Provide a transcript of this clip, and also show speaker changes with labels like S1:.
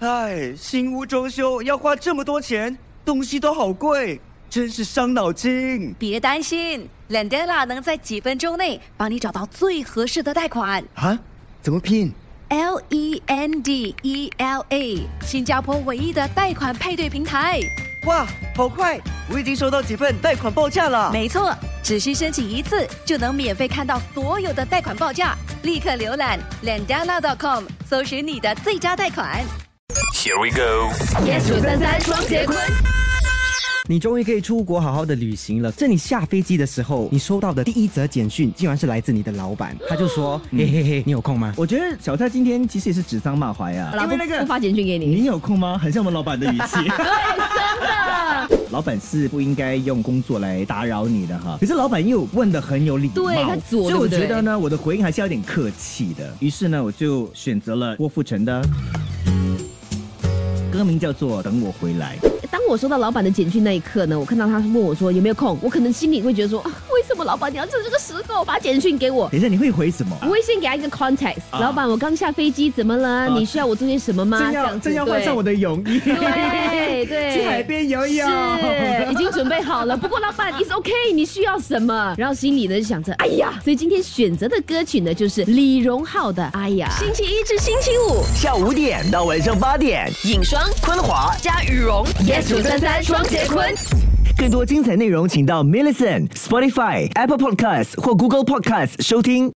S1: 唉，新屋装修要花这么多钱，东西都好贵，真是伤脑筋。
S2: 别担心，Landella 能在几分钟内帮你找到最合适的贷款。
S3: 啊？怎么拼？
S2: L E N D E L A，新加坡唯一的贷款配对平台。
S1: 哇，好快！我已经收到几份贷款报价
S4: 哦
S1: 了。
S2: 没错，只需申请一次就能免费看到所有的贷款报价。立刻浏览 landana.com，搜寻你的最佳贷款。
S5: Here we go。
S4: yes 九三三双节棍，
S3: 你终于可以出国好好的旅行了。这你下飞机的时候，你收到的第一则简讯，竟然是来自你的老板，他就说：“嘿嘿嘿，你有空吗？”
S6: 我觉得小蔡今天其实也是指桑骂槐啊，
S4: 老
S6: 因为
S4: 不
S6: 那
S4: 不哎
S6: 个
S4: 发简讯给你，
S6: 你有空吗？很像我们老板的语 气。老板是不应该用工作来打扰你的哈，可是老板又问的很有礼貌，
S4: 对他左
S6: 所以我
S4: 对不对
S6: 觉得呢，我的回应还是要有点客气的。于是呢，我就选择了郭富城的歌名叫做《等我回来》。
S4: 当我收到老板的简讯那一刻呢，我看到他问我说有没有空，我可能心里会觉得说，啊、 为什么老板娘在这个时候发简讯给我？
S6: 等一下你会回什么？
S4: 我会先给他一个 context，、
S6: 啊
S4: 老板，我刚下飞机，怎么了？你需要我做些什么吗？
S6: 正
S4: 这
S6: 要
S4: 样子
S6: 正要换上我。的泳衣，
S4: 对对 对，
S6: 去海边哎游泳。
S4: 是，已经准备 好了。不过老板，is OK，你需要什么？然后心里呢就想着，哎呀，所以今天选择的歌曲呢就是李荣浩的《哎呀》。
S2: 星期一至星期五，
S7: 下午五点到晚上八点，
S8: 影霜、
S7: 昆华。
S8: 加羽绒
S4: yes 九三三双节棍。
S7: 更多精彩内容，请到 Millison、Spotify、Apple Podcasts 或 Google Podcasts 收听。